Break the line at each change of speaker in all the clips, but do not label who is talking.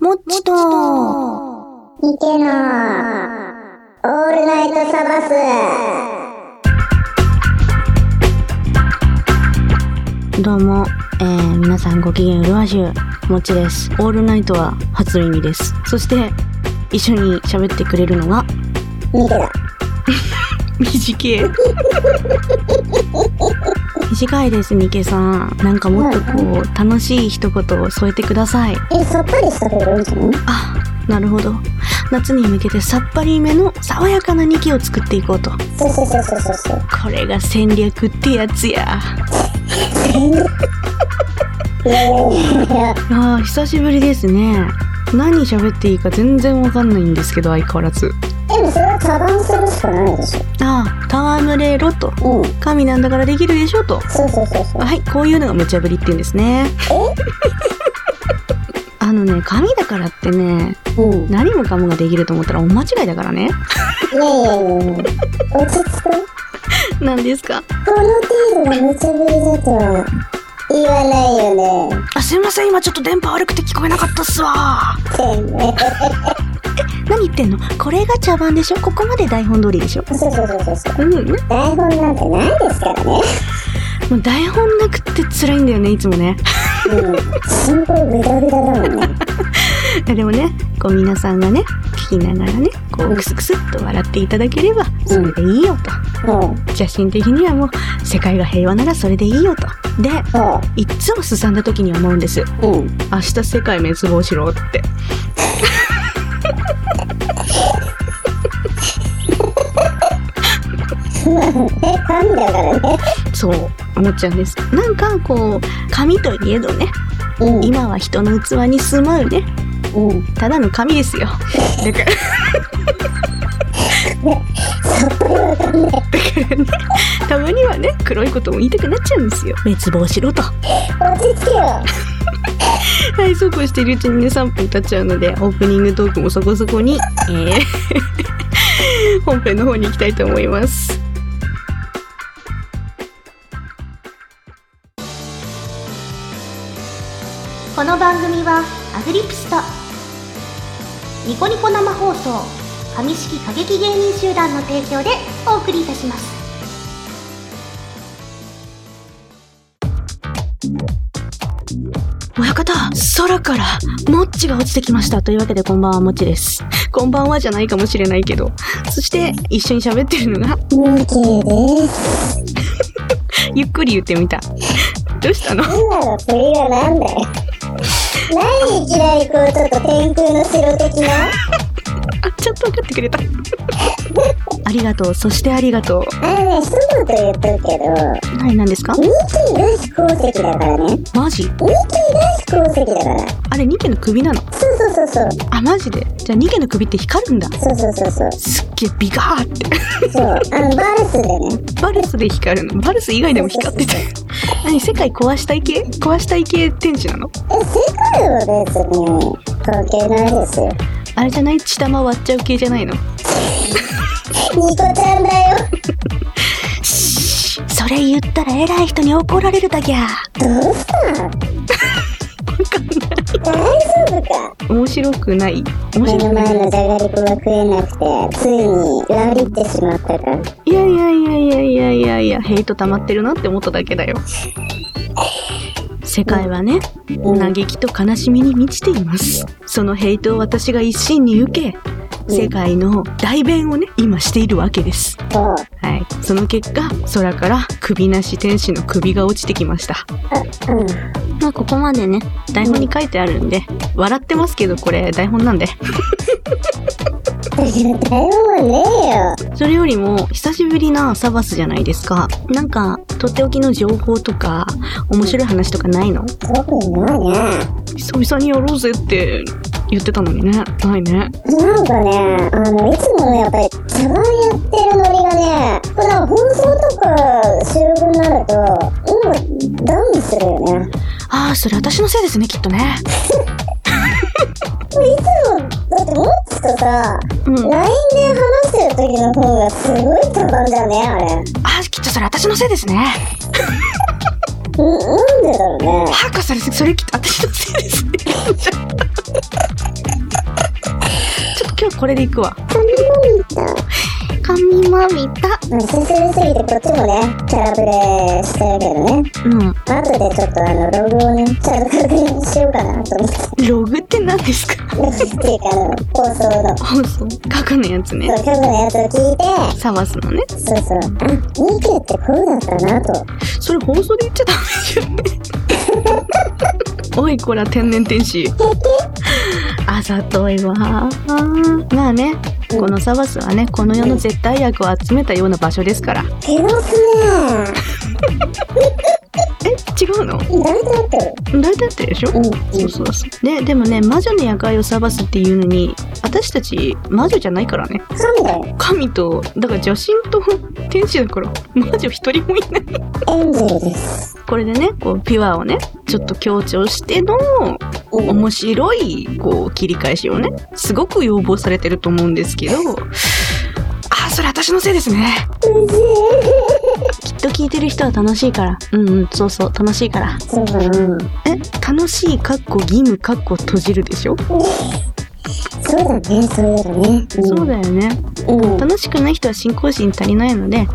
もっちと、
ニケの、オールナイトサバス。
どうも、えー、皆さんご機嫌うるわしゅう、もっちです。オールナイトは初耳です。そして、一緒に喋ってくれるのが、
ニケだ。
短い。 短いです、ニケさん。なんかもっとこ
うん
う、楽しい一言を添えてください。
え、さっぱりした方がいいんじゃない
あ、なるほど。夏に向けてさっぱりめの爽やかなニケを作っていこうと。
そうそうそうそうそうそう。
これが戦略ってやつや。
いやいやいやいや。
ああ、久しぶりですね。何喋っていいか全然わかんないんですけど、相変わらず。
でもそれは茶番するしかないでし
ああ、戯れろと。
ょ。うん。
神なんだからできるでしょと。
そうそうそうそう。
はい、こういうのが無茶ぶりって言うんですね。 あのね、神だからってね、
うん。い
何もかもができると思ったらお間違いだからね。
やいやいやいや。落ち着く。
何ですか
この程度の無茶ぶりだとは言わないよね。
あ、すいません、今ちょっと電波悪くて聞こえなかったっすわ。
てめ
何言ってんのこれが茶番でしょここまで台本通りでしょ
え。そうそうそうそうそう。
うん、ね。
台本なんてないですからね。
もう台本なくって辛いんだよね、いつもね。
うん。シンプルビタビタだもんね。
いやでもねこう皆さんがね聞きながらねこうクスクスっと笑っていただければそれでいいよと
うん。
写真的にはもう世界が平和ならそれでいいよとで
そ
いっつもすさんだ時に思うんです
う。うん。
明日世界滅亡しろって
まあね、神だからね。
そう思っちゃうんですなんかこう紙といえどね
うん
今は人の器に住まうね
うん。
ただの紙ですよだから だからねたまにはね黒いことも言いたくなっちゃうんですよ滅亡しろと
落ち着けよ。
はい、そうこうしているうちにね、3分経っちゃうので、オープニングトークもそこそこに、えー 本編の方に行きたいと思います。
この番組はアグリプスタニコニコ生放送上式過激芸人集団の提供でお送りいたします
親方、空から、もっちが落ちてきました。というわけで、こんばんは、もっちです。こんばんはじゃないかもしれないけど。そして、一緒に喋ってるのが、
無形です。
ゆっくり言ってみた。どうしたの
今の振りはなんだよ。何いきなりこうちょっと天空の城的な
あ、ちょっと分かってくれた。 ありがとう、そしてありがとう。
あのね、一言言っとくけど、
はい、何ですか
二期が飛行石だからね。二期
マジ
が飛行石だから。
あれ、ニケの首なの
そうそうそうそう。
あ、マジでじゃあ、ニケの首って光るんだ。
そうそうそうそう。
すっげえビガーって
そう。あの、バルスでね。
バルスで光るのバルス以外でも光ってた何世界壊したい系壊したい系天使なの
え、世界は別に関係ないですよ。
あれじゃない血玉割っちゃう系じゃないの
ニコちゃんだよ。
それ言ったら偉い人に怒られるだけゃ
どうしたん大丈夫か
面白くない面
目
白
の
くない
前のじゃがりこが食えなくてついにラリってしまったか
いやいやいやいやいやいやいやヘイト溜まってるなって思っただけだよ世界はね、
ん
嘆きと悲しみに満ちていますそのヘイトを私が一心に受け
うん
世界の代弁をね今しているわけです
そう
はい、その結果空から首なし天使の首が落ちてきました
うん
まあここまでね台本に書いてあるんで笑ってますけどこれ台本なんで
だから誰もね
それよりも久しぶりなサバスじゃないですかなんかとっておきの情報とか面白い話とかないの
えよ特にないね
久々にやろうぜって言ってたのにねないね
なんかねあのいつもねやっぱり茶番やってるノリがねこれなんか放送とか収録になると今ダウンするよね
ああそれ私のせいですねきっとね
これいつもだってもっちとさ、
うん
LINE で話してる時の方がすごい茶番じゃねあれ
ああきっとそれ私のせいですね
うんなんでだろうね
はかそれそれきっと私のせいですねこれでいくわ。
髪もみた。
神まみた。
なんか進みすぎてこっちもね、キャラブレしてるけどね。
うん。
まあ後でちょっとあの、ログをね、ちゃんと確認しようかなと思って。
ログって何ですか
ログっていうかあの、放送の。
放送。過去のやつ
そう
ね。、
過去のやつを聞いて、
サマスのね。
そうそう。あ、ミキってこうだったなと。
それ放送で言っちゃダメじゃ ん。おいこら天然天使。あざといわ。まあね、このサバスはね、この世の絶対悪を集めたような場所ですから。
けどすね
え、違うの
誰と会ってる
大体あってるでしょ
うん。
そうそうそう。で、でもね、魔女の役割をサバスっていうのに、私たち魔女じゃないからね。
神だよ。
神と、だから邪神と天使だから、魔女一人もいない。
エンジェルです。
これでね、こう、ピュアをね、ちょっと強調しての、
うん
面白いこう切り返しをねすごく要望されてると思うんですけどあーそれ私のせいですね
うぜ
きっと聞いてる人は楽しいからうんうんそうそう楽しいから
え。そうだな。
え楽しいかっこ義務かっこ閉じるでしょ、
そうだね、そういえばね。ん
そうだよね
うん。
楽しくない人は信仰心足りないので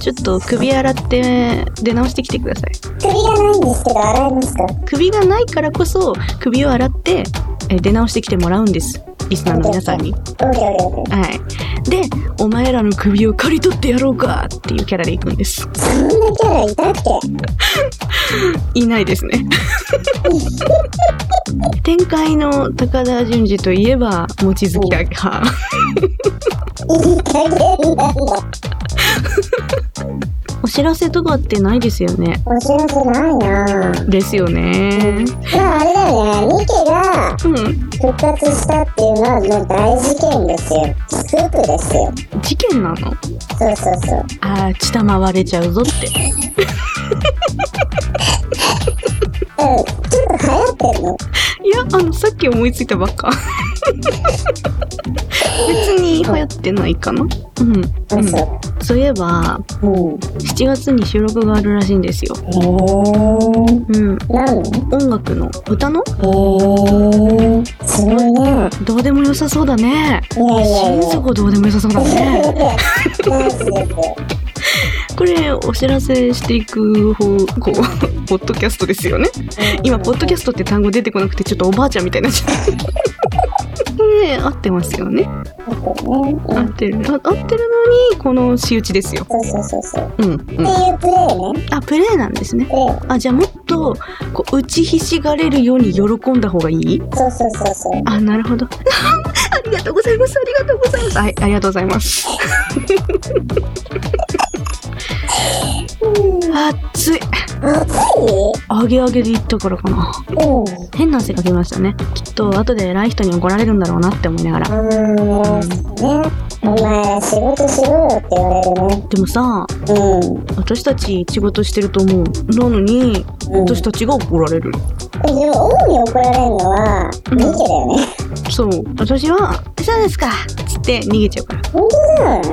ちょっと首洗って出直してきてください
首がないんですけど、洗えますか
首がないからこそ首を洗ってえ出直してきてもらうんですリスナーの皆さんに
オッケーオッケーオッケ
はい。で、お前らの首を刈り取ってやろうかっていうキャラで行くんです。
ー。そんなキャラいたっけ
いないです ね。展開の高田純次といえば、望月だが、
いい加減なんだ。
お知らせとかってないですよね。
お知らせないな
ですよね。
まああれだよね、ミケが
うん。
復活したっていうのはもう大事件ですよ。スクープですよ。
事件なの
そうそうそう。
ああ、血玉割れちゃうぞって。
うん、ちょっと流行ってんの
いや、あの、さっき思いついたばっか。 別に流行ってないかな。うん。うん、
う
そういえば、
ん。うん。
7月に収録があるらしいんですよ。
へー。
うん。
なん
音楽の歌の
のへー。すごいね。
どうでも良さそうだね。
いやいやい
心
や。
底どうでも良さそうだね。
ナイスですよ。
これお知らせしていく方こう ポッドキャストですよね。今ポッドキャストって単語出てこなくてちょっとおばあちゃんみたいになっちゃう。 これ合ってますよね。
そうそうね。う
合
ん
ってる。あ合ってるのにこの仕打ちですよ。
そうそうそうそう。
うんうん。
っていうプレイね。
あプレイなんですね。
プレイ。
あじゃあもっとこう打ちひしがれるように喜んだ方がいい？
そうそうそうそう。
あなるほど。 ありがとうございます。ありがとうございます。はいありがとうございます。
うん。
熱い。
暑
アゲアゲで言ったからかな。
いうん。
変な汗かきましたね。きっと後で偉い人に怒られるんだろうなって思いながら。
あー、ね。お前、仕事しろよって言われるね。
でもさ、
うん。
私たち仕事してると思う。なのに、
うん
私たちが怒られる。
でも、主に怒られるのは、
うん
ミケだよね。
そう。私は、そうですかつって逃げちゃうから。
本当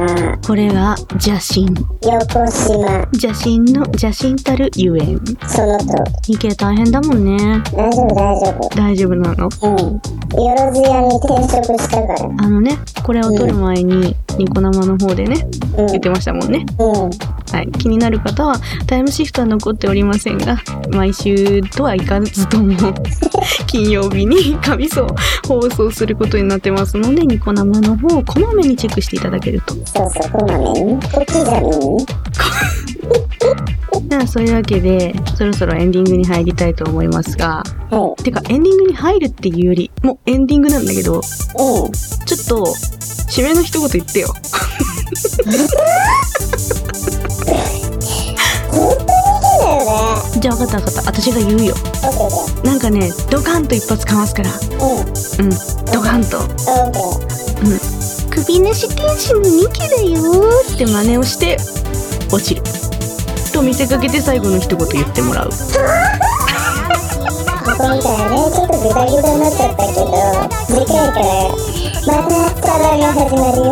だよな。
これが邪神。
横島。
邪神の邪神たるゆえん。
そのと
逃げ大変だもんね。
大丈夫大丈夫。
大丈夫なの
うん。よろずやに転職したから。
あのね、これを撮る前に、ニコ生の方でね、
うん。
言ってましたもんね。
うん。
はい、気になる方はタイムシフトは残っておりませんが毎週とはいかずと も金曜日に神そ放送することになってますのでニコ生の方をこまめにチェックしていただけると。
そうそう、こまめに。小刻みに。
じゃあそういうわけでそろそろエンディングに入りたいと思いますが
は
てかエンディングに入るっていうよりもうエンディングなんだけどち
い。うん。
ょっと締めの一言言ってよ。
本当にいだよね。
じゃあ分かった分かった私が言うよ。
オッケーオッ
なんかねドカンと一発かますから
ケー。うん。
う
オッ
んドカンと。
ケー。
首なし天使のミキだよーって真似をして落ちると見せかけて最後の一言言ってもらう
今回ね、ちょっとグダグダになっちゃったけど、次回から、またサバが始まるよ。